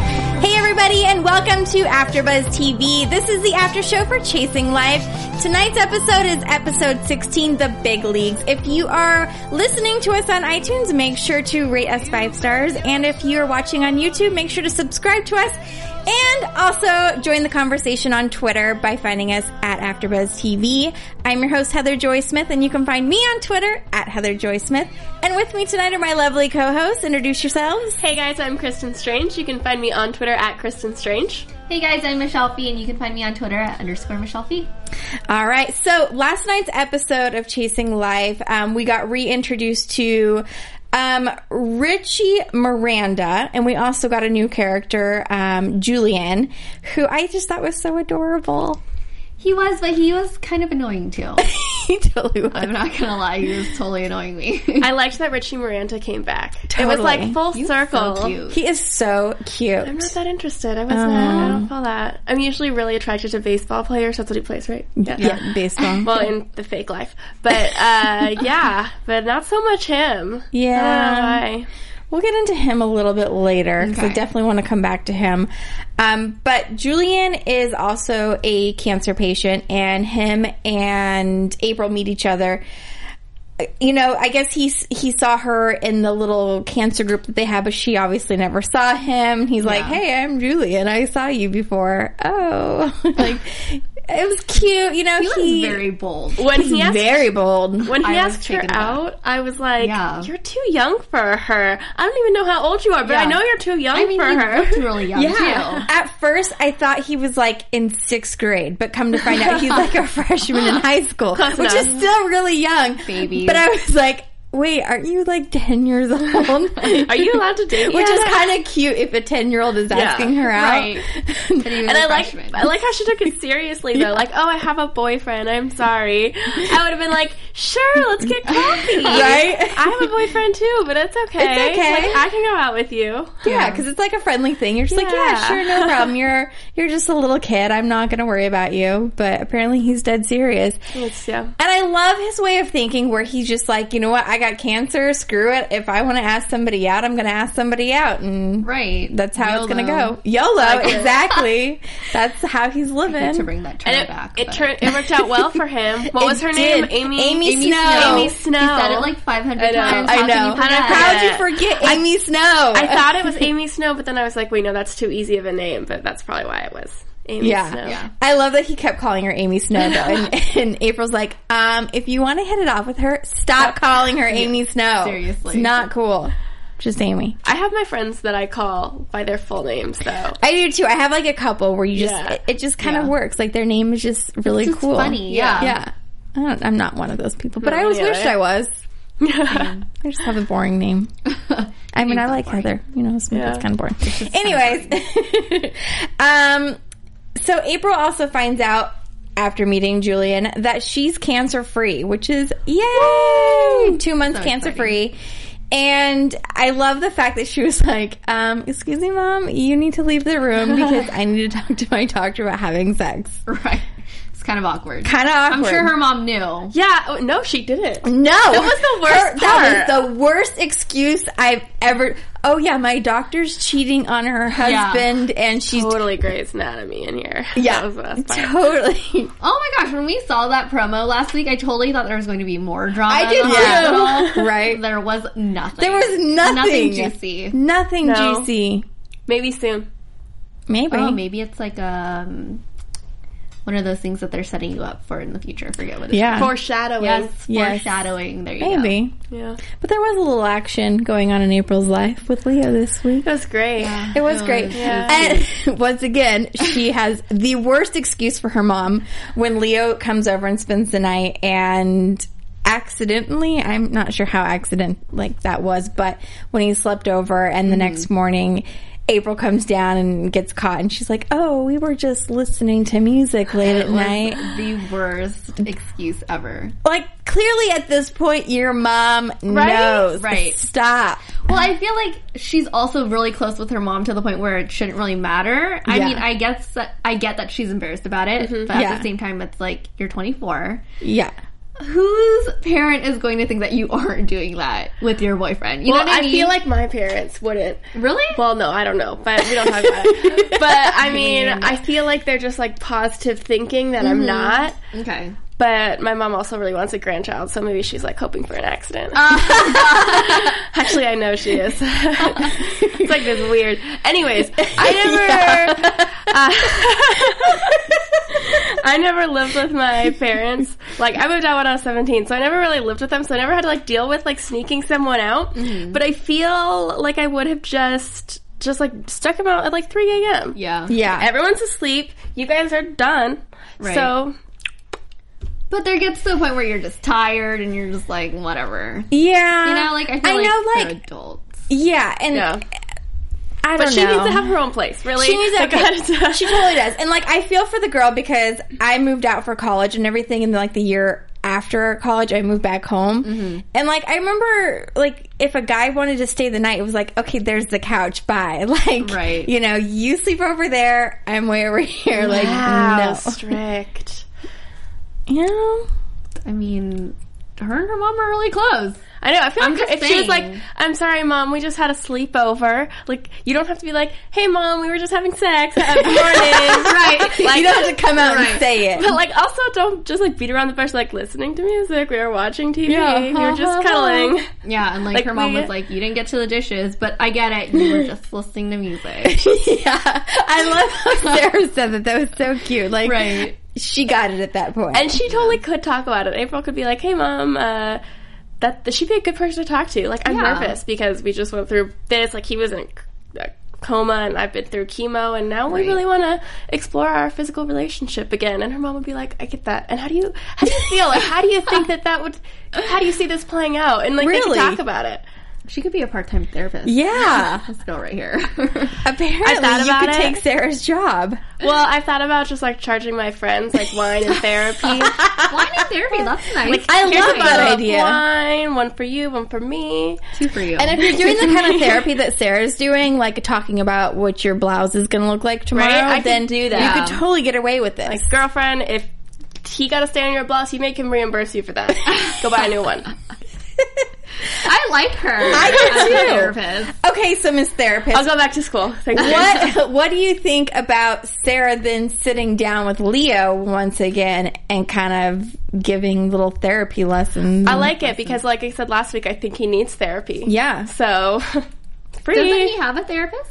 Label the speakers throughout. Speaker 1: Hey everybody and welcome to AfterBuzz TV. This is the after show for Chasing Life. Tonight's episode is episode 16, The Big Leagues. If you are listening to us on iTunes, make sure to rate us five stars. And if you're watching on YouTube, make sure to subscribe to us and also join the conversation on Twitter by finding us at AfterBuzz TV. I'm your host, Heather Joy Smith, and you can find me on Twitter at Heather Joy Smith. And with me tonight are my lovely co-hosts. Introduce yourselves.
Speaker 2: Hey guys, I'm Kristen Strange. You can find me on Twitter at Kristen Strange.
Speaker 3: Hey guys, I'm Michelle Fee, and you can find me on Twitter at underscore Michelle Fee.
Speaker 1: All right. So last night's episode of Chasing Life, um, we got reintroduced to um, Richie Miranda, and we also got a new character, um, Julian, who I just thought was so adorable.
Speaker 3: He was, but he was kind of annoying too.
Speaker 1: he totally was.
Speaker 3: I'm not gonna lie, he was totally annoying me.
Speaker 2: I liked that Richie Miranda came back. It was
Speaker 1: Totally.
Speaker 2: like full circle.
Speaker 3: so cute. Um,
Speaker 1: He is so cute.
Speaker 2: I'm not that interested. I wasn't. I don't follow that. I'm usually really attracted to baseball players. That's what he plays, right? Yeah.
Speaker 1: yeah, baseball.
Speaker 2: Well, in the fake life, but uh, yeah, but not so much him.
Speaker 1: Yeah.
Speaker 2: I don't know why.
Speaker 1: We'll get into him a little bit later because I
Speaker 3: Okay.
Speaker 1: definitely want to come back to him. Um, but Julian is also a cancer patient, and him and April meet each other. You know, I guess he s- he saw her in the little cancer group that they have, but she obviously never saw him. He's like, "Hey, I'm Julian. I saw you before." Oh, like it was cute. You know,
Speaker 3: He was very bold.
Speaker 2: When he asked,
Speaker 1: very bold.
Speaker 2: when he
Speaker 3: I was
Speaker 2: asked her
Speaker 3: taken aback.
Speaker 2: out, I was like,
Speaker 3: Yeah.
Speaker 2: "You're too young for her. I don't even know how old you are, but I
Speaker 3: Yeah.
Speaker 2: know you're too young
Speaker 3: I mean,
Speaker 2: for
Speaker 3: he
Speaker 2: her."
Speaker 3: looked really young too.
Speaker 1: At first, I thought he was like in sixth grade, but come to find out, he's like a freshman in high school,
Speaker 2: Close
Speaker 1: which is
Speaker 2: enough.
Speaker 1: still really young.
Speaker 3: Baby.
Speaker 1: But I was like, wait, aren't you like 10 years old?
Speaker 2: Are you allowed to date?
Speaker 1: Which
Speaker 2: yet?
Speaker 1: is kind of cute if a 10 year old is asking her out.
Speaker 3: right. But he was
Speaker 2: And
Speaker 3: a
Speaker 2: I like,
Speaker 3: freshman.
Speaker 2: I like how she took it seriously though. Like, oh, I have a boyfriend. I'm sorry. I would have been like, sure, let's get coffee.
Speaker 1: Right?
Speaker 2: I have a boyfriend too, but it's okay.
Speaker 1: It's okay.
Speaker 2: Like, I can go out with you.
Speaker 1: Yeah, because it's like a friendly thing. You're just like, yeah,
Speaker 2: Yeah.
Speaker 1: sure, no problem. You're you're just a little kid. I'm not gonna worry about you. But apparently, he's dead serious.
Speaker 2: It's, yeah.
Speaker 1: And I love his way of thinking where he's just like, you know what, I got cancer, screw it. If I want to ask somebody out, I'm going to ask somebody out. And
Speaker 3: right.
Speaker 1: that's how it's going to
Speaker 3: YOLO.
Speaker 1: go. YOLO, exactly. that's how he's living.
Speaker 3: To bring that term
Speaker 2: And it,
Speaker 3: back.
Speaker 2: it
Speaker 3: but-
Speaker 2: turned, it worked out well for him. What
Speaker 1: It
Speaker 2: was her
Speaker 1: did.
Speaker 2: name? Amy.
Speaker 1: Amy
Speaker 3: Amy
Speaker 1: Snow.
Speaker 3: Snow.
Speaker 2: Amy Snow.
Speaker 3: He said it like 500
Speaker 2: I know.
Speaker 3: times.
Speaker 1: I
Speaker 3: How can
Speaker 1: know.
Speaker 3: you forget?
Speaker 1: How'd you
Speaker 2: it?
Speaker 1: forget Amy Snow?
Speaker 2: I thought it was Amy Snow, but then I was like, wait, no, that's too easy of a name. But that's probably why it was Amy
Speaker 1: yeah.
Speaker 2: Snow.
Speaker 3: Yeah.
Speaker 1: I love that he kept calling her Amy Snow though. And, and April's like, um, if you want to hit it off with her, stop calling her Amy Snow.
Speaker 3: Seriously.
Speaker 1: It's not cool. Just Amy.
Speaker 2: I have my friends that I call by their full names though.
Speaker 1: I do too. I have like a couple where you just,
Speaker 2: Yeah.
Speaker 1: it, it just kind of
Speaker 3: Yeah.
Speaker 1: works. Like their name is just really
Speaker 3: It's
Speaker 1: cool.
Speaker 3: funny. Yeah.
Speaker 1: Yeah. I don't, I'm not one of those people, but I
Speaker 2: me
Speaker 1: always wished
Speaker 2: either.
Speaker 1: I was. I just have a boring name. I mean, I like Heather. You know, it's,
Speaker 2: Yeah.
Speaker 1: it's kind of boring. Anyways, um, so April also finds out after meeting Julian that she's cancer free, which is yay! Two months cancer free. And I love the fact that she was like, um, excuse me, mom, you need to leave the room because I need to talk to my doctor about having sex.
Speaker 3: Right. It's kind of awkward.
Speaker 1: Kind of awkward.
Speaker 3: I'm sure her mom knew.
Speaker 2: Yeah. oh, No, she didn't.
Speaker 1: No, that
Speaker 2: was the worst
Speaker 1: That
Speaker 2: part.
Speaker 1: was the worst excuse I've ever. Oh yeah, my doctor's cheating on her husband, and she's
Speaker 2: totally Grey's Anatomy in here.
Speaker 1: yeah,
Speaker 2: that was the best part.
Speaker 1: totally.
Speaker 3: Oh my gosh, when we saw that promo last week, I totally thought there was going to be more drama.
Speaker 1: I did
Speaker 3: in the
Speaker 1: too.
Speaker 3: hospital.
Speaker 1: Right.
Speaker 3: There was nothing.
Speaker 1: There was nothing.
Speaker 3: Nothing juicy.
Speaker 1: Nothing
Speaker 2: No.
Speaker 1: juicy.
Speaker 2: Maybe soon.
Speaker 1: Maybe.
Speaker 3: Oh, maybe it's like um one of those things that they're setting you up for in the future. I forget what it's
Speaker 1: Yeah.
Speaker 2: Foreshadowing.
Speaker 3: Called. Yes,
Speaker 1: Yes.
Speaker 3: foreshadowing. There you go.
Speaker 1: Maybe.
Speaker 2: Yeah.
Speaker 1: But there was a little action going on in April's life with Leo this week.
Speaker 2: It was great.
Speaker 1: It was
Speaker 3: Oh,
Speaker 1: great. And once again, she has the worst excuse for her mom when Leo comes over and spends the night and accidentally, I'm not sure how accident like that was, but when he slept over and
Speaker 3: Mm-hmm.
Speaker 1: the next morning April comes down and gets caught and she's like, "Oh, we were just listening to music late at night."
Speaker 3: Was the worst excuse ever.
Speaker 1: Like clearly at this point your mom knows.
Speaker 3: Right.
Speaker 1: Stop.
Speaker 3: Well, I feel like she's also really close with her mom to the point where it shouldn't really matter. I
Speaker 1: Yeah. Mm-hmm.
Speaker 3: mean, I guess that, I get that she's embarrassed about it, but
Speaker 1: Yeah.
Speaker 3: at the same time, it's like you're 24.
Speaker 1: Yeah.
Speaker 3: Whose parent is going to think that you aren't doing that with your boyfriend? You
Speaker 2: Well,
Speaker 3: know what I,
Speaker 2: I
Speaker 3: mean?
Speaker 2: feel like my parents wouldn't.
Speaker 3: really.
Speaker 2: Well, no, I don't know, but we don't have that. but I mean, I feel like they're just like positive thinking that I'm not.
Speaker 3: okay.
Speaker 2: But my mom also really wants a grandchild, so maybe she's like hoping for an accident.
Speaker 3: Uh.
Speaker 2: Actually, I know she is. it's like this weird. Anyways, I never, uh, I never lived with my parents. Like I moved out when I was seventeen, so I never really lived with them. So I never had to like deal with like sneaking someone out.
Speaker 3: Mm-hmm.
Speaker 2: But I feel like I would have just, just like stuck him out at like three a.m.
Speaker 3: Yeah.
Speaker 1: Yeah.
Speaker 2: Everyone's asleep. You guys are done.
Speaker 3: Right.
Speaker 2: So
Speaker 3: But there gets to a point where you're just tired and you're just like, whatever.
Speaker 1: Yeah.
Speaker 3: You know, like I feel
Speaker 1: I
Speaker 3: like,
Speaker 1: know,
Speaker 3: they're
Speaker 1: like-
Speaker 3: adults.
Speaker 1: Yeah, and
Speaker 2: Yeah.
Speaker 1: I don't
Speaker 2: But she
Speaker 1: know.
Speaker 2: needs to have her own place, really.
Speaker 1: She needs
Speaker 2: Like,
Speaker 1: to.
Speaker 2: I-
Speaker 1: she totally does. And like, I feel for the girl because I moved out for college and everything, and like the year after college, I moved back home.
Speaker 2: Mm-hmm.
Speaker 1: And like, I remember like if a guy wanted to stay the night, it was like, okay, there's the couch, bye. Like,
Speaker 3: Right.
Speaker 1: You know, you sleep over there, I'm way over here. Like,
Speaker 2: Wow,
Speaker 1: no,
Speaker 2: strict.
Speaker 1: you know,
Speaker 3: I mean, her and her mom are really close.
Speaker 2: I know. I feel
Speaker 3: I'm
Speaker 2: like
Speaker 3: just
Speaker 2: if she was like,
Speaker 3: saying.
Speaker 2: "I'm sorry, mom, we just had a sleepover." Like, you don't have to be like, "Hey, mom, we were just having sex." Good morning.
Speaker 3: Right.
Speaker 1: you don't have to come out and
Speaker 3: Right.
Speaker 1: say it.
Speaker 2: But like, also don't just like beat around the bush. Like, listening to music, we were watching TV,
Speaker 1: Yeah.
Speaker 2: we were just cuddling.
Speaker 3: Yeah, and like,
Speaker 2: Like,
Speaker 3: her mom
Speaker 2: we-
Speaker 3: was like, "You didn't get to the dishes, but I get it. You were just listening to music."
Speaker 1: yeah, I love how Sarah said that. That was so cute. Like,
Speaker 3: Right.
Speaker 1: she got it at that point.
Speaker 2: And she totally could talk about it. April could be like, "Hey, mom, uh, that, that she'd be a good person to talk to." Like, I'm
Speaker 3: Yeah.
Speaker 2: nervous because we just went through this. Like, he was in a coma, and I've been through chemo, and now we really want to explore our physical relationship again. And her mom would be like, "I get that." And how do you how do you feel? Like, how do you think that that would? How do you see this playing out? And like,
Speaker 1: Really?
Speaker 2: they could talk about it.
Speaker 3: She could be a part-time therapist.
Speaker 1: yeah.
Speaker 3: Let's go right here.
Speaker 1: Apparently,
Speaker 2: thought
Speaker 1: you
Speaker 2: about
Speaker 1: could
Speaker 2: it.
Speaker 1: take Sarah's job.
Speaker 2: Well, I thought about just like charging my friends like wine and therapy.
Speaker 3: Wine and therapy. That's nice.
Speaker 1: I
Speaker 2: Here's
Speaker 1: love
Speaker 2: a bottle
Speaker 1: that
Speaker 2: of
Speaker 1: idea.
Speaker 2: Wine, one for you, one for me.
Speaker 3: two for you.
Speaker 1: And if you're doing the kind of therapy that Sarah's doing, like talking about what your blouse is going to look like tomorrow,
Speaker 2: Right? I could
Speaker 1: then
Speaker 2: do that.
Speaker 1: You could totally get away with this.
Speaker 2: Like, girlfriend, if he got a stain on your blouse, you make him reimburse you for that. Go buy a new one.
Speaker 3: I like her.
Speaker 1: I do
Speaker 3: as a
Speaker 1: too.
Speaker 3: Therapist.
Speaker 1: okay, so Miss Therapist,
Speaker 2: I'll go back to school. Thanks.
Speaker 1: what what do you think about Sarah then sitting down with Leo once again and kind of giving little therapy lessons?
Speaker 2: I like it because, like I said last week, I think he needs therapy.
Speaker 1: yeah.
Speaker 2: So, free.
Speaker 3: Doesn't he have a therapist?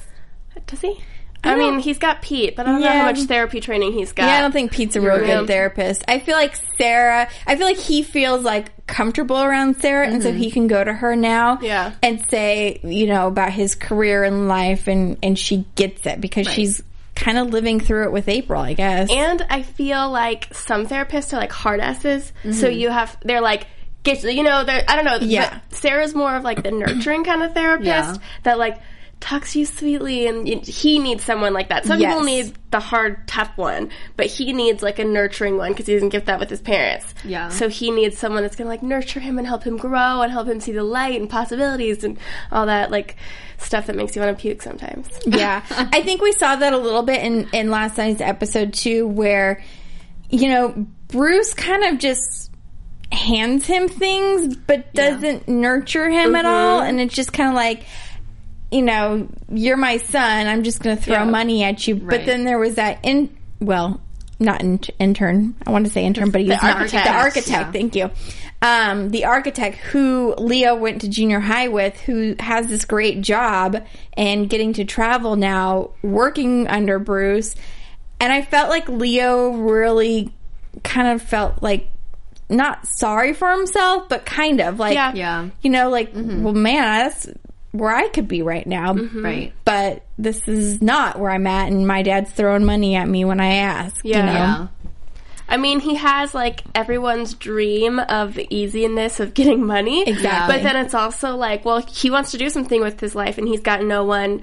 Speaker 2: Does he? I, mean, he's got Pete, but I don't know
Speaker 1: Yeah.
Speaker 2: how much therapy training he's got.
Speaker 1: Yeah, I don't think Pete's a real
Speaker 2: Yeah.
Speaker 1: good therapist. I feel like Sarah, I feel like he feels like comfortable around Sarah, and so he can go to her now
Speaker 2: Mm-hmm. Yeah.
Speaker 1: and say, you know, about his career and life, and, and she gets it because she's kind of living through it with April, I guess.
Speaker 2: And I feel like some therapists are like hard asses. So you have, they're like, get, you know, they're, I don't know.
Speaker 1: Yeah.
Speaker 2: but Sarah's more of like the nurturing kind of therapist
Speaker 3: Yeah.
Speaker 2: that like talks to you sweetly and you, he needs someone like that. Some people
Speaker 1: Yes.
Speaker 2: need the hard, tough one, but he needs like a nurturing one because he doesn't get that with his parents.
Speaker 3: Yeah.
Speaker 2: So he needs someone that's going to like nurture him and help him grow and help him see the light and possibilities and all that like stuff that makes you want to puke sometimes.
Speaker 1: yeah. I think we saw that a little bit in, in last night's episode too, where, you know, Bruce kind of just hands him things but doesn't nurture him at all. And it's just kind of like, you know, you're my son. I'm just going to throw money at you. But
Speaker 3: Right.
Speaker 1: then there was that in, well, not in, intern. I want to say intern, but he's not
Speaker 2: architect.
Speaker 1: the architect. Thank you. Um, the architect who Leo went to junior high with, who has this great job and getting to travel now, working under Bruce. And I felt like Leo really kind of felt like not sorry for himself, but kind of like,
Speaker 2: Yeah. Mm-hmm.
Speaker 3: Yeah.
Speaker 1: you know, like, well, man, that's where I could be right now.
Speaker 3: Right.
Speaker 1: But this is not where I'm at, and my dad's throwing money at me when I ask. you
Speaker 2: Yeah.
Speaker 1: know?
Speaker 3: Yeah.
Speaker 2: I mean, he has like everyone's dream of the easiness of getting money.
Speaker 1: Exactly.
Speaker 2: But then it's also like, well, he wants to do something with his life and he's got no one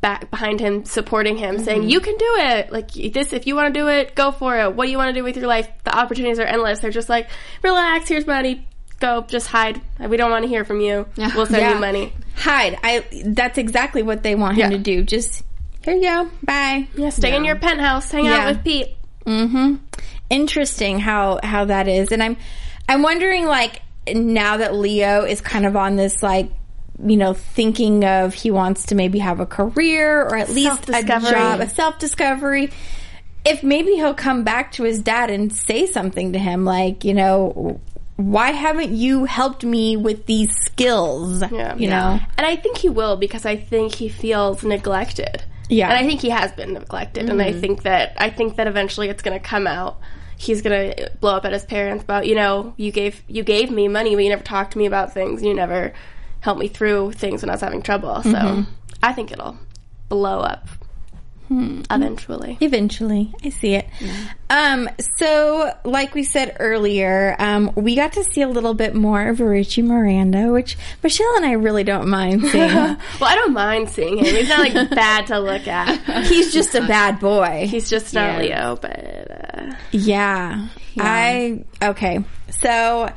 Speaker 2: back behind him supporting him
Speaker 1: Mm-hmm.
Speaker 2: saying, "You can do it. Like you- this if you want to do it, go for it. What do you want to do with your life? The opportunities are endless. They're just like, "Relax, here's money. Go, just hide. We don't want to hear from you. We'll send
Speaker 1: Yeah.
Speaker 2: you money."
Speaker 1: hide. I. That's exactly what they want him
Speaker 2: Yeah.
Speaker 1: to do. Just here you go. Bye.
Speaker 2: Yeah, stay in your penthouse, hang
Speaker 1: Yeah.
Speaker 2: out with Pete.
Speaker 1: hmm Interesting how how that is, and I'm I'm wondering like now that Leo is kind of on this like you know thinking of he wants to maybe have a career or at least a
Speaker 2: Self-discovery.
Speaker 1: job, a self discovery. If maybe he'll come back to his dad and say something to him like you know. Why haven't you helped me with these skills?
Speaker 2: Yeah.
Speaker 1: you
Speaker 2: Yeah.
Speaker 1: know,
Speaker 2: And I think he will because I think he feels neglected.
Speaker 1: Yeah.
Speaker 2: And I think he has been neglected and I think that I think that eventually it's going to come out. He's going to blow up at his parents about, you know, you gave you gave me money, but you never talked to me about things. You never helped me through things when I was having trouble. So, I think it'll blow up eventually.
Speaker 1: Eventually, I see it.
Speaker 3: Mm.
Speaker 1: Um, so, like we said earlier, um, we got to see a little bit more of Richie Miranda, which Michelle and I really don't mind seeing.
Speaker 2: Well, I don't mind seeing him. He's not like bad to look at.
Speaker 1: He's just a bad boy.
Speaker 2: He's just not Leo, but uh,
Speaker 1: Yeah. I okay. So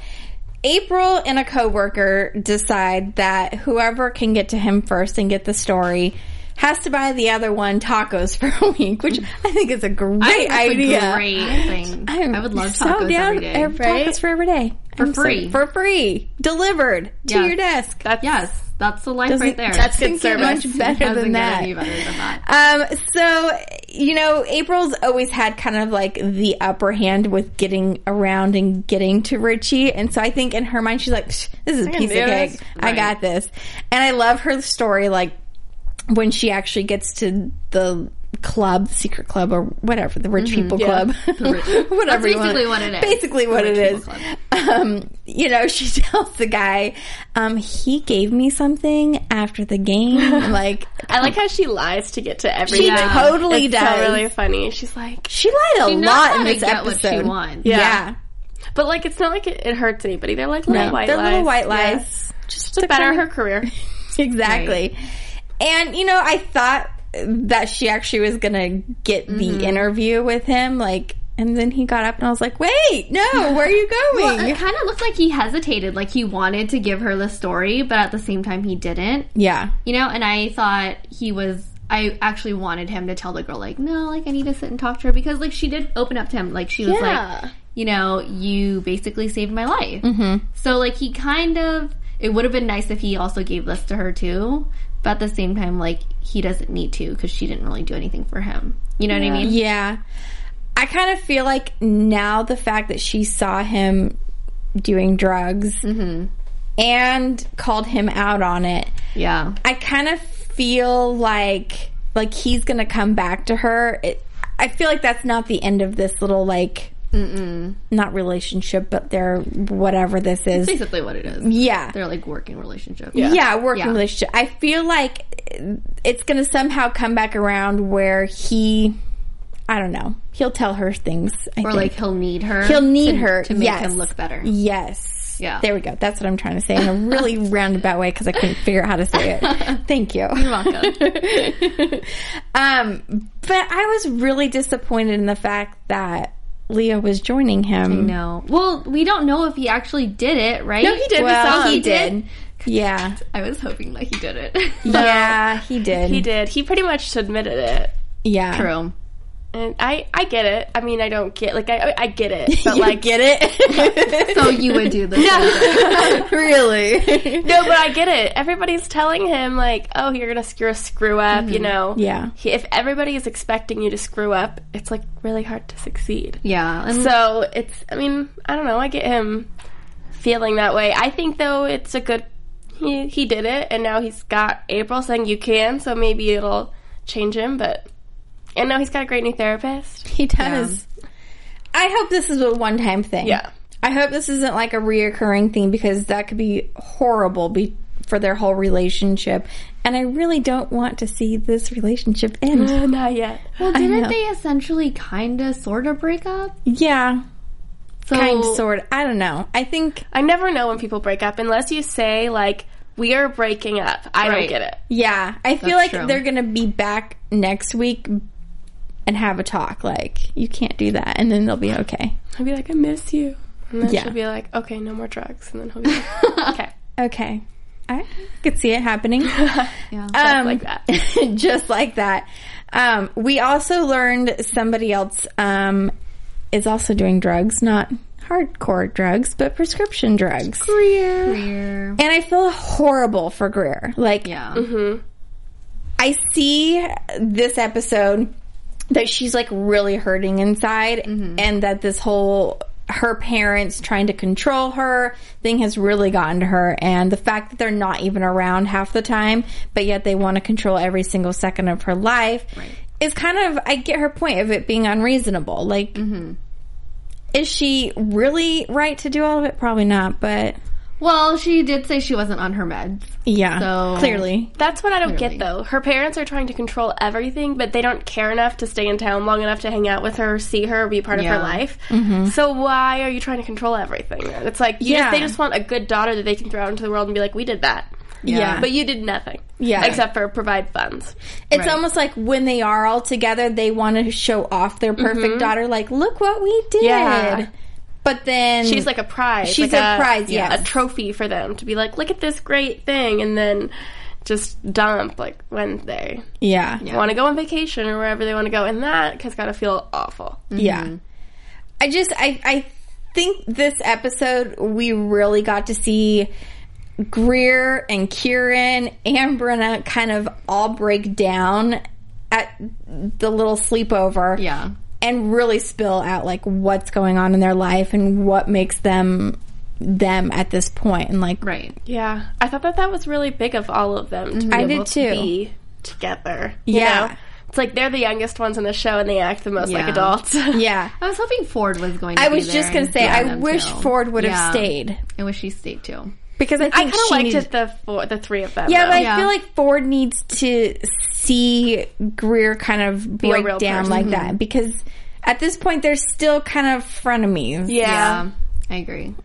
Speaker 1: April and a coworker decide that whoever can get to him first and get the story has to buy the other one tacos for a week, which I think is a great
Speaker 3: I think that's
Speaker 1: idea.
Speaker 3: a great thing.
Speaker 1: I'm
Speaker 3: i would love tacos
Speaker 1: so down
Speaker 3: every day.
Speaker 1: ev- Tacos for every day. For
Speaker 3: free.
Speaker 1: for free. Delivered to
Speaker 3: Yes.
Speaker 1: your desk.
Speaker 2: that's
Speaker 3: yes, that's the life
Speaker 1: Doesn't-
Speaker 3: right there.
Speaker 1: that's good
Speaker 3: Doesn't get
Speaker 1: service.
Speaker 3: Much
Speaker 1: Better than
Speaker 3: better than
Speaker 1: that.
Speaker 3: that. Any better than that.
Speaker 1: Um, so, you know, April's always had kind of like the upper hand with getting around and getting to Richie. And so I think in her mind, she's like, "Psh, this is a piece of
Speaker 2: do
Speaker 1: cake.
Speaker 2: this."
Speaker 1: I
Speaker 3: Right.
Speaker 1: got this. And I love her story, like when she actually gets to the club, secret club or whatever, the rich
Speaker 3: Mm-hmm.
Speaker 1: people club. whatever
Speaker 3: That's
Speaker 1: you want-
Speaker 3: basically what it is.
Speaker 1: Basically what it
Speaker 3: rich
Speaker 1: is.
Speaker 3: people
Speaker 1: Um, you know, she tells the guy, um, he gave me something after the game. like,
Speaker 2: I like how she lies to get to everything.
Speaker 1: she totally
Speaker 2: it's
Speaker 1: does.
Speaker 2: So really funny. She's like,
Speaker 1: She lied a
Speaker 3: knows
Speaker 1: lot
Speaker 3: how
Speaker 1: in
Speaker 3: to
Speaker 1: this
Speaker 3: get what she
Speaker 1: episode.
Speaker 3: wants.
Speaker 1: Yeah.
Speaker 2: but like it's not like it, it hurts anybody. They're like little white
Speaker 1: They're
Speaker 2: lies.
Speaker 1: little white
Speaker 2: Yeah.
Speaker 1: lies. Just
Speaker 2: to better her career.
Speaker 1: Exactly. And, you know, I thought that she actually was going to get the
Speaker 3: Mm-hmm.
Speaker 1: interview with him. Like, and then he got up and I was like, wait, no, where are you going?
Speaker 3: Well, it kind of looked like he hesitated, like he wanted to give her the story, but at the same time he didn't.
Speaker 1: yeah.
Speaker 3: You know, and I thought he was. I actually wanted him to tell the girl, like, no, like I need to sit and talk to her because, like, she did open up to him. Like, she was
Speaker 2: Yeah.
Speaker 3: like, you know, you basically saved my life. Mm-hmm. So, like, he kind of. It would have been nice if he also gave this to her too, but at the same time, like, he doesn't need to because she didn't really do anything for him. You know what I mean?
Speaker 1: Yeah. I kind of feel like now the fact that she saw him doing drugs
Speaker 3: Mm-hmm.
Speaker 1: and called him out on it,
Speaker 3: Yeah.
Speaker 1: I kind of feel like like he's gonna come back to her. It, I feel like that's not the end of this little like not relationship, but their whatever this is.
Speaker 3: Basically, what it is.
Speaker 1: Yeah,
Speaker 3: They're like working relationship.
Speaker 1: yeah, working
Speaker 3: Yeah.
Speaker 1: relationship. I feel like it's gonna somehow come back around where he, I don't know, he'll tell her things. I
Speaker 3: Or
Speaker 1: think.
Speaker 3: like he'll need her.
Speaker 1: He'll need
Speaker 3: to,
Speaker 1: her,
Speaker 3: to make
Speaker 1: yes.
Speaker 3: him look better.
Speaker 1: Yes.
Speaker 3: Yeah.
Speaker 1: There we go. That's what I'm trying to say in a really roundabout way because I couldn't figure out how to say it. Thank you. You're
Speaker 3: welcome.
Speaker 1: um, but I was really disappointed in the fact that Leo was joining him.
Speaker 3: No. Well, we don't know if he actually did it, right?
Speaker 2: No, he did. We
Speaker 1: Well,
Speaker 2: saw
Speaker 1: he
Speaker 2: him.
Speaker 1: did. Yeah.
Speaker 3: I was hoping that he did it.
Speaker 1: Yeah, he did.
Speaker 2: He did. He pretty much admitted it.
Speaker 1: Yeah.
Speaker 3: True.
Speaker 2: And I, I get it. I mean, I don't get like I, I get it, but
Speaker 1: You
Speaker 2: like
Speaker 1: get it?
Speaker 3: So you would do this.
Speaker 1: really?
Speaker 2: no, but I get it. Everybody's telling him like, oh, you're gonna screw a screw up, you know?
Speaker 1: Mm-hmm. Yeah.
Speaker 2: He, if everybody is expecting you to screw up, it's like really hard to succeed.
Speaker 3: Yeah. And
Speaker 2: So it's, I mean, I don't know. I get him feeling that way. I think though it's a good. He he did it, and now he's got April saying you can. So maybe it'll change him. But And now he's got a great new therapist.
Speaker 1: He does. I hope this is a one time thing.
Speaker 2: Yeah.
Speaker 1: I hope this isn't like a reoccurring thing because that could be horrible be- for their whole relationship. And I really don't want to see this relationship end.
Speaker 2: Uh, not yet.
Speaker 3: Well, didn't
Speaker 1: know.
Speaker 3: they essentially kind of sort of break up?
Speaker 1: yeah.
Speaker 3: So,
Speaker 1: Kind of, sort of. I don't know. I think,
Speaker 2: I never know when people break up unless you say like we are breaking up. I
Speaker 3: Right.
Speaker 2: don't get it.
Speaker 1: yeah. I feel like
Speaker 3: That's true.
Speaker 1: they're going to be back next week and have a talk. Like, you can't do that. And then they'll be okay.
Speaker 2: I'd be like, I miss you. And then
Speaker 1: Yeah.
Speaker 2: she'll be like, okay, no more drugs. And then he'll be like, okay,
Speaker 1: Okay. I could see it happening.
Speaker 3: Yeah.
Speaker 1: um,
Speaker 2: like that.
Speaker 1: just like that. Um, we also learned somebody else um, is also doing drugs, not hardcore drugs, but prescription drugs.
Speaker 3: Weird.
Speaker 1: And I feel horrible for Greer. Like,
Speaker 3: Yeah.
Speaker 1: I see this episode that she's like really hurting inside and that this whole her parents trying to control her thing has really gotten to her and the fact that they're not even around half the time but yet they want to control every single second of her life is kind of I get her point of it being unreasonable like is she really right to do all of it probably not but
Speaker 3: Well, she did say she wasn't on her meds.
Speaker 1: yeah
Speaker 3: So-
Speaker 1: clearly
Speaker 2: That's what I don't get though. Her parents are trying to control everything, but they don't care enough to stay in town long enough to hang out with her, see her, be part
Speaker 3: Yeah.
Speaker 2: of her life. So why are you trying to control everything? then? It's like you
Speaker 1: Mm-hmm. Yeah.
Speaker 2: just, they just want a good daughter that they can throw out into the world and be like, we did that.
Speaker 1: yeah
Speaker 2: But you did nothing.
Speaker 1: Yeah.
Speaker 2: Except for provide funds.
Speaker 1: It's
Speaker 3: Right.
Speaker 1: almost like when they are all together, they want to show off their perfect daughter, like, look what we did.
Speaker 2: Yeah.
Speaker 1: But then
Speaker 2: She's like a prize.
Speaker 1: She's
Speaker 2: like
Speaker 1: a prize, yes.
Speaker 2: A trophy for them to be like, look at this great thing, and then just dump like when they
Speaker 1: yeah, yeah,
Speaker 2: want to go on vacation or wherever they want to go, and that has got to feel awful.
Speaker 1: I just, I, I think this episode we really got to see Greer and Kieran and Brenna kind of all break down at the little sleepover.
Speaker 3: Yeah.
Speaker 1: and really spill out like what's going on in their life and what makes them them at this point and like
Speaker 3: Right.
Speaker 2: Yeah, I thought that that was really big of all of them to be
Speaker 1: I
Speaker 2: able
Speaker 1: did too.
Speaker 2: to be together.
Speaker 1: Yeah.
Speaker 2: yeah, it's like they're the youngest ones in the show, and they act the most like
Speaker 3: Yeah.
Speaker 2: adults.
Speaker 1: yeah
Speaker 3: I was hoping Ford was going to
Speaker 1: I
Speaker 3: be
Speaker 1: was
Speaker 3: there
Speaker 1: just gonna
Speaker 3: and
Speaker 1: say,
Speaker 3: join
Speaker 1: I
Speaker 3: them,
Speaker 1: wish
Speaker 3: too.
Speaker 1: Ford would have
Speaker 3: Yeah.
Speaker 1: stayed
Speaker 3: I wish she stayed too.
Speaker 1: because I
Speaker 2: I
Speaker 1: think
Speaker 2: kind
Speaker 1: she
Speaker 2: of liked
Speaker 1: needed-
Speaker 2: it the four, the three of them.
Speaker 1: Yeah, but
Speaker 2: though.
Speaker 1: I
Speaker 3: Yeah.
Speaker 1: feel like Ford needs to see Greer kind of
Speaker 2: a
Speaker 1: break
Speaker 2: real
Speaker 1: down
Speaker 2: person.
Speaker 1: like that because at this point they're still kind of frenemies.
Speaker 2: yeah.
Speaker 3: Yeah. I agree.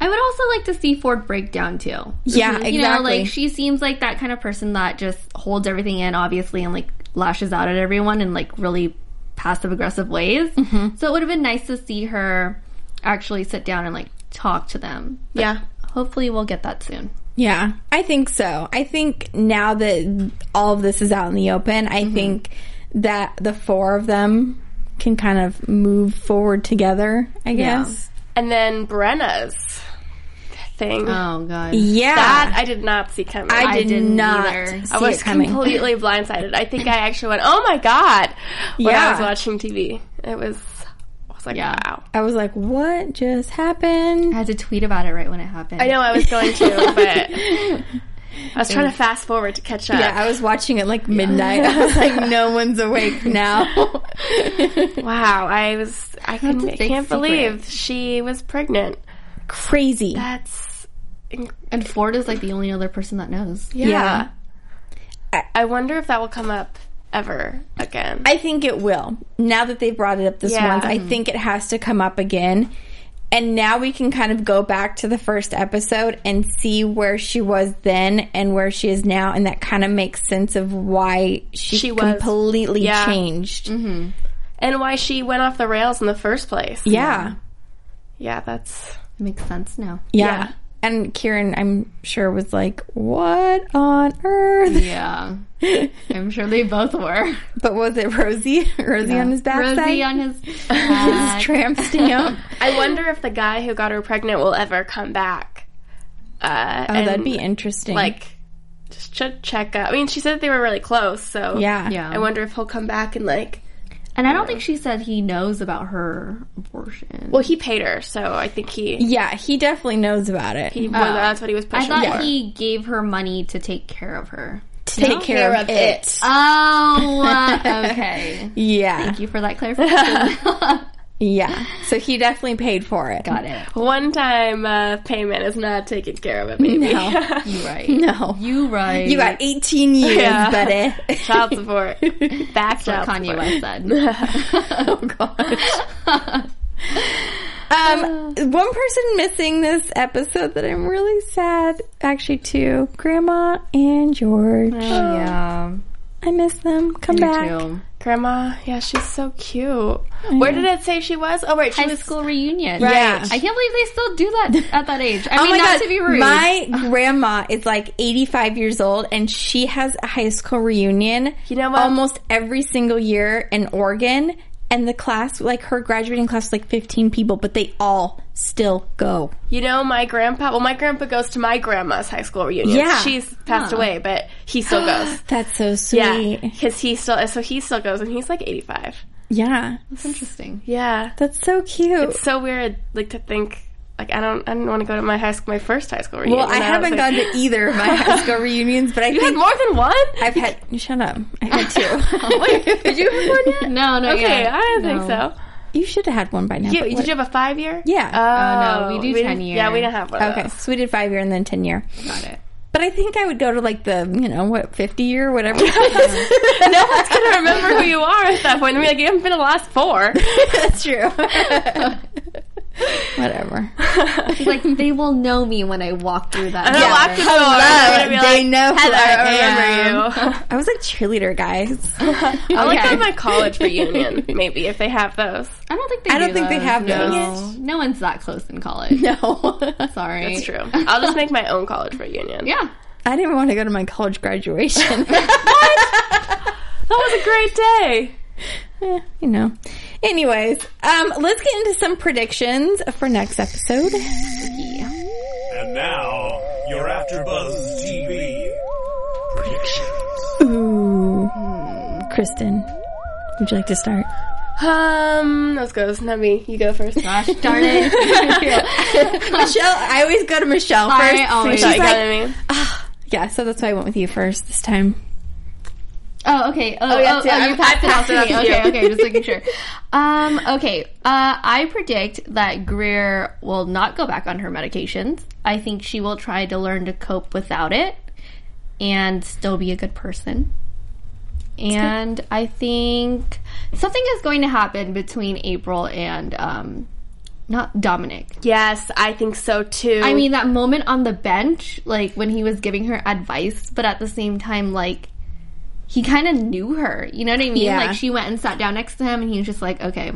Speaker 3: I would also like to see Ford break down too.
Speaker 1: Yeah,
Speaker 3: You know,
Speaker 1: exactly.
Speaker 3: like she seems like that kind of person that just holds everything in, obviously, and like lashes out at everyone in like really passive aggressive ways. So it would have been nice to see her actually sit down and like talk to them. But
Speaker 2: Yeah.
Speaker 3: Hopefully, we'll get that soon.
Speaker 1: Yeah, I think so. I think now that all of this is out in the open, I think that the four of them can kind of move forward together, I guess.
Speaker 2: and then Brenna's thing
Speaker 3: Oh god.
Speaker 1: Yeah.
Speaker 2: that I did not see coming.
Speaker 1: I, did
Speaker 3: didn't
Speaker 1: not
Speaker 3: either.
Speaker 1: see
Speaker 2: I was
Speaker 1: it coming.
Speaker 2: completely blindsided. I think I actually went, "Oh my god!" when
Speaker 1: Yeah.
Speaker 2: I was watching TV. It was, I was like,
Speaker 3: Yeah.
Speaker 2: "Wow."
Speaker 1: I was like, what just happened?
Speaker 3: I had to tweet about it right when it happened.
Speaker 2: I know I was going to, but I was trying to fast forward to catch up.
Speaker 1: Yeah, I was watching it like midnight. I was like, no one's awake now.
Speaker 2: wow, I was, I, couldn't,
Speaker 3: a
Speaker 2: I
Speaker 3: big
Speaker 2: can't
Speaker 3: secret.
Speaker 2: believe she was pregnant.
Speaker 1: Crazy.
Speaker 2: That's
Speaker 3: And Ford is like the only other person that knows.
Speaker 2: yeah.
Speaker 1: Yeah.
Speaker 2: I- I wonder if that will come up ever again.
Speaker 1: I think it will. Now that they brought it up this
Speaker 2: Yeah.
Speaker 1: once, I think it has to come up again. And now we can kind of go back to the first episode and see where she was then and where she is now, and that kind of makes sense of why she,
Speaker 2: She was.
Speaker 1: completely
Speaker 2: Yeah.
Speaker 1: changed.
Speaker 2: and why she went off the rails in the first place.
Speaker 1: Yeah.
Speaker 2: Yeah, that's
Speaker 3: It makes sense now.
Speaker 1: yeah,
Speaker 2: Yeah.
Speaker 1: And Kieran, I'm sure, was like, "What on earth?"
Speaker 3: Yeah. I'm sure they both were.
Speaker 1: But was it Rosie? Rosie on his backside,
Speaker 3: Rosie on his back.
Speaker 1: his tramp stamp.
Speaker 2: I wonder if the guy who got her pregnant will ever come back. Uh,
Speaker 1: oh, that'd be interesting.
Speaker 2: like just ch- check up. I mean, she said they were really close, so
Speaker 1: yeah,
Speaker 3: Yeah.
Speaker 2: I wonder if he'll come back and like.
Speaker 3: And I don't think she said he knows about her abortion.
Speaker 2: Well, he paid her, so I think he.
Speaker 1: yeah. He definitely knows about it.
Speaker 2: he well, that's what he was
Speaker 3: I
Speaker 2: pushing
Speaker 3: thought
Speaker 2: for.
Speaker 3: he gave her money to take care of her.
Speaker 4: take care of it.
Speaker 3: Oh, okay.
Speaker 1: Yeah.
Speaker 3: Thank you for that clarification.
Speaker 1: Yeah. So he definitely paid for it.
Speaker 3: Got it.
Speaker 2: One time uh, payment is not taking care of it, baby.
Speaker 3: You right.
Speaker 1: No.
Speaker 3: You right.
Speaker 1: You got 18 years,
Speaker 2: Yeah.
Speaker 1: buddy.
Speaker 2: Child support. Back
Speaker 3: That's
Speaker 2: child
Speaker 3: what Kanye
Speaker 2: support.
Speaker 3: West said. oh gosh.
Speaker 1: Um, one person missing this episode that I'm really sad, actually, too. Grandma and George.
Speaker 3: yeah.
Speaker 1: I miss them. Come back.
Speaker 3: Too.
Speaker 2: Grandma, yeah, she's so cute. Where did it say she was? Oh, right, she
Speaker 3: High
Speaker 2: was.
Speaker 3: school reunion.
Speaker 1: Yeah.
Speaker 3: I can't believe they still do that at that age. I mean, not to be rude.
Speaker 1: Oh My grandma is like 85 years old and she has a high school reunion
Speaker 2: You know what?
Speaker 1: almost every single year in Oregon. And the class, like her graduating class, was like 15 people, but they all still go.
Speaker 2: You know, my grandpa. Well, my grandpa goes to my grandma's high school reunion.
Speaker 1: Yeah.
Speaker 2: she's passed away, but he still goes.
Speaker 1: That's so
Speaker 2: yeah,
Speaker 1: sweet.
Speaker 2: because he still. So he still goes, and he's like eighty-five.
Speaker 1: Yeah.
Speaker 3: That's interesting.
Speaker 2: Yeah,
Speaker 1: That's so cute.
Speaker 2: it's so weird. Like to think. Like I don't. I didn't want to go to my high school. My first high school reunion.
Speaker 1: well, I
Speaker 2: and was
Speaker 1: haven't
Speaker 2: like,
Speaker 1: gone to either of my high school reunions, but I
Speaker 2: You had
Speaker 1: think
Speaker 2: more than one.
Speaker 1: I've had. Shut up. I had two.
Speaker 2: Did you have one yet?
Speaker 3: No, no,
Speaker 2: Okay,
Speaker 3: yeah.
Speaker 2: I don't think
Speaker 3: No.
Speaker 2: so.
Speaker 1: you should have had one by now.
Speaker 2: You,
Speaker 1: but
Speaker 2: did
Speaker 1: what-
Speaker 2: you have a five year?
Speaker 1: Yeah.
Speaker 2: Oh,
Speaker 3: Oh, no, we do 10
Speaker 2: didn't-
Speaker 3: year.
Speaker 2: Yeah, we didn't have one. of
Speaker 1: okay,
Speaker 2: those.
Speaker 1: so we did five year and then 10 year.
Speaker 3: Got it.
Speaker 1: But I think I would go to like the, you know, what, 50 year, whatever.
Speaker 2: no one's gonna remember who you are at that point. I mean, like you haven't been to the last four.
Speaker 1: That's true. whatever.
Speaker 3: She's like, they will know me when I walk through that.
Speaker 2: And I'll
Speaker 3: door.
Speaker 2: walk to the door. and they're gonna be
Speaker 1: they
Speaker 2: like,
Speaker 1: know who
Speaker 2: "Heather,
Speaker 1: I
Speaker 2: remember you.
Speaker 1: I was like cheerleader, guys.
Speaker 2: I like
Speaker 3: Okay.
Speaker 2: on my college reunion, maybe if they have those.
Speaker 3: I don't think they.
Speaker 1: I don't
Speaker 3: do
Speaker 1: think they have
Speaker 3: no.
Speaker 1: those.
Speaker 3: No one's that close in college.
Speaker 1: No.
Speaker 3: Sorry,
Speaker 2: That's true. I'll just make my own college reunion.
Speaker 3: Yeah,
Speaker 1: I didn't want to go to my college graduation.
Speaker 2: that was a great day.
Speaker 1: Eh, you know. Anyways, um, let's get into some predictions for next episode.
Speaker 5: And now, your AfterBuzz TV
Speaker 1: Ooh. Kristen, would you like to start?
Speaker 2: Um, let's go. Snubby, you go first.
Speaker 3: gosh darn it.
Speaker 1: Michelle, I always go to Michelle first.
Speaker 3: I always.
Speaker 1: She's
Speaker 2: Sorry,
Speaker 1: like-
Speaker 2: Jeremy.
Speaker 1: Yeah, so that's why I went with you first this time.
Speaker 3: Oh, okay. Oh, oh,
Speaker 2: yeah,
Speaker 3: oh,
Speaker 2: too. I-
Speaker 3: you passed
Speaker 2: I
Speaker 3: it off
Speaker 2: passed
Speaker 3: to
Speaker 2: it off
Speaker 3: me.
Speaker 2: to
Speaker 3: Okay,
Speaker 2: you.
Speaker 3: okay, just making sure. Um, okay. Uh, I predict that Greer will not go back on her medications. I think she will try to learn to cope without it and still be a good person. And I think something is going to happen between April and um, not Dominic.
Speaker 2: yes, I think so too.
Speaker 3: I mean, that moment on the bench, like when he was giving her advice, but at the same time, like he kind of knew her. You know what I mean?
Speaker 1: Yeah.
Speaker 3: Like she went and sat down next to him, and he was just like, "Okay,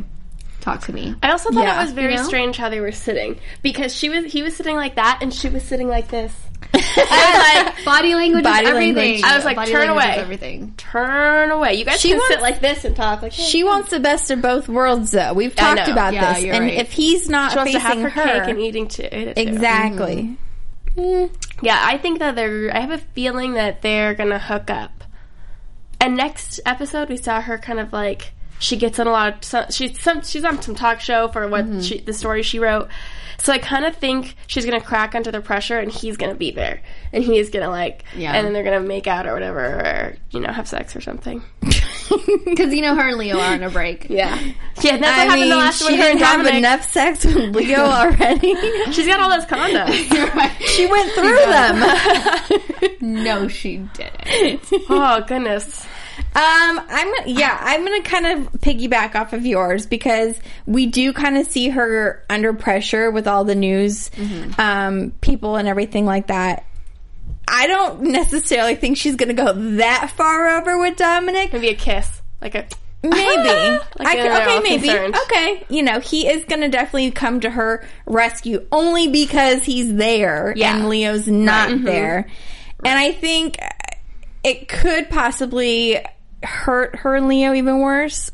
Speaker 3: talk to me."
Speaker 2: I also thought
Speaker 1: Yeah.
Speaker 2: it was very
Speaker 3: You know?
Speaker 2: strange how they were sitting because she was he was sitting like that and she was sitting like this. I was like,
Speaker 3: Body language,
Speaker 1: Body
Speaker 3: is everything.
Speaker 1: language.
Speaker 2: I was like,
Speaker 3: Body
Speaker 2: "Turn
Speaker 3: language is
Speaker 2: away."
Speaker 3: everything.
Speaker 2: turn away. You guys
Speaker 1: She
Speaker 2: can sit
Speaker 1: wants-
Speaker 2: like this and talk like
Speaker 1: She wants the best of both worlds, though. We've talked
Speaker 2: know.
Speaker 1: about
Speaker 3: Yeah,
Speaker 1: this,
Speaker 3: you're
Speaker 1: and
Speaker 3: right.
Speaker 1: if he's not
Speaker 2: She wants to
Speaker 1: facing
Speaker 2: have her,
Speaker 1: her,
Speaker 2: cake and eating to eat it. too.
Speaker 1: exactly.
Speaker 2: Yeah, I think that they're. I have a feeling that they're gonna hook up. And next episode, we saw her kind of like she gets on a lot of so- she's some she's on some talk show for what
Speaker 1: Mm-hmm.
Speaker 2: she, the story she wrote. So I kind of think she's gonna crack under the pressure, and he's gonna be there, and he's gonna like,
Speaker 3: Yeah.
Speaker 2: and then they're gonna make out or whatever, or you know, have sex or something.
Speaker 3: Because you know her and Leo are on a break.
Speaker 2: Yeah, yeah, that's what
Speaker 1: I
Speaker 2: happened
Speaker 1: mean,
Speaker 2: the last
Speaker 1: she
Speaker 2: one. Her
Speaker 1: didn't
Speaker 2: and
Speaker 1: have
Speaker 2: Dominic.
Speaker 1: enough sex with Leo already.
Speaker 2: She's got all those condoms.
Speaker 1: she went through them.
Speaker 3: no, she didn't.
Speaker 2: oh goodness.
Speaker 1: Um, I'm gonna, yeah, I'm gonna kind of piggyback off of yours because we do kind of see her under pressure with all the news, um, people and everything like that. I don't necessarily think she's gonna go that far over with Dominic.
Speaker 2: Maybe a kiss, like a.
Speaker 1: Maybe. I
Speaker 2: no,
Speaker 1: c-
Speaker 2: no, no,
Speaker 1: okay,
Speaker 2: I'm
Speaker 1: maybe.
Speaker 2: concerned.
Speaker 1: Okay. You know, he is going to definitely come to her rescue only because he's there
Speaker 2: Yeah. Mm-hmm.
Speaker 1: and Leo's not there. And I think uh, it could possibly hurt her and Leo even worse.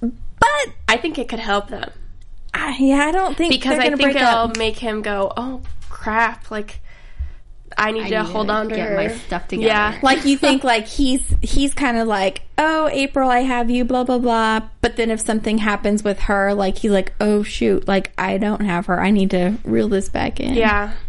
Speaker 1: But
Speaker 2: I think it could help them.
Speaker 1: I, yeah, I don't think
Speaker 2: because
Speaker 1: they're
Speaker 2: I
Speaker 1: going to
Speaker 2: think
Speaker 1: break
Speaker 2: it'll
Speaker 1: up.
Speaker 2: make him go, "Oh crap! Like I need to
Speaker 3: need
Speaker 2: hold
Speaker 3: to
Speaker 2: on to
Speaker 3: get
Speaker 2: her.
Speaker 3: my stuff together.
Speaker 2: Yeah,
Speaker 1: Like you think like he's he's kind of like, "Oh, April, I have you, blah blah blah." But then if something happens with her, like he's like, "Oh shoot, like I don't have her. I need to reel this back in."
Speaker 2: yeah. Mm-hmm.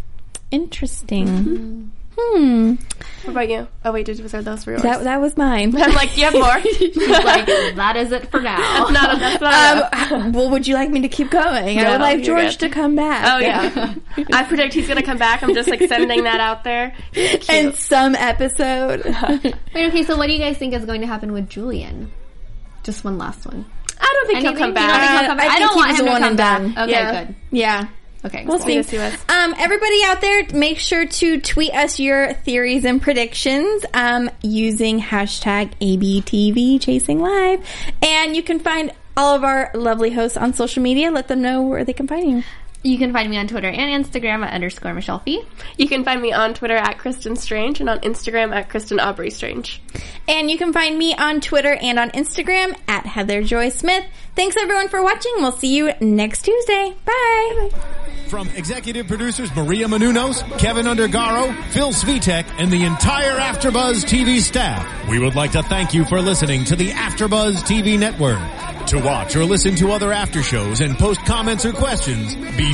Speaker 1: Interesting. Hmm.
Speaker 2: What about you? Oh wait, did was there those for yours?
Speaker 1: That that was mine.
Speaker 2: I'm like, you have more.
Speaker 3: like that is it for now.
Speaker 2: not enough. Not
Speaker 1: Um,
Speaker 2: enough.
Speaker 1: well, would you like me to keep going? I would
Speaker 2: No,
Speaker 1: like
Speaker 2: you're
Speaker 1: George
Speaker 2: good.
Speaker 1: to come back.
Speaker 2: Oh yeah. I predict he's gonna come back. I'm just like sending that out there.
Speaker 1: And some episode.
Speaker 3: Wait, okay, so what do you guys think is going to happen with Julian? Just one last one.
Speaker 2: I don't think
Speaker 3: Anything?
Speaker 2: he'll come
Speaker 3: You don't think
Speaker 2: back.
Speaker 3: he'll come
Speaker 1: Uh, I
Speaker 3: back? I,
Speaker 1: think
Speaker 3: don't
Speaker 1: he
Speaker 3: want
Speaker 1: was a
Speaker 3: him to
Speaker 1: one
Speaker 3: come
Speaker 1: and
Speaker 3: back.
Speaker 1: done.
Speaker 3: Okay,
Speaker 2: Yeah.
Speaker 3: good.
Speaker 1: yeah.
Speaker 3: Okay,
Speaker 1: We'll
Speaker 3: cool.
Speaker 1: see.
Speaker 2: see us.
Speaker 1: Um, everybody out there, make sure to tweet us your theories and predictions um, using hashtag ABTV Chasing Live. And you can find all of our lovely hosts on social media. Let them know where they can find you.
Speaker 3: You can find me on Twitter and Instagram at underscore Michelle Fee.
Speaker 2: You can find me on Twitter at Kristen Strange and on Instagram at Kristen Aubrey Strange.
Speaker 1: And you can find me on Twitter and on Instagram at Heather Joy Smith. Thanks everyone for watching. We'll see you next Tuesday. Bye.
Speaker 5: From executive producers Maria Manunos, Kevin Undergaro, Phil Svitek, and the entire Afterbuzz TV staff, we would like to thank you for listening to the Afterbuzz TV network. To watch or listen to other after shows and post comments or questions, be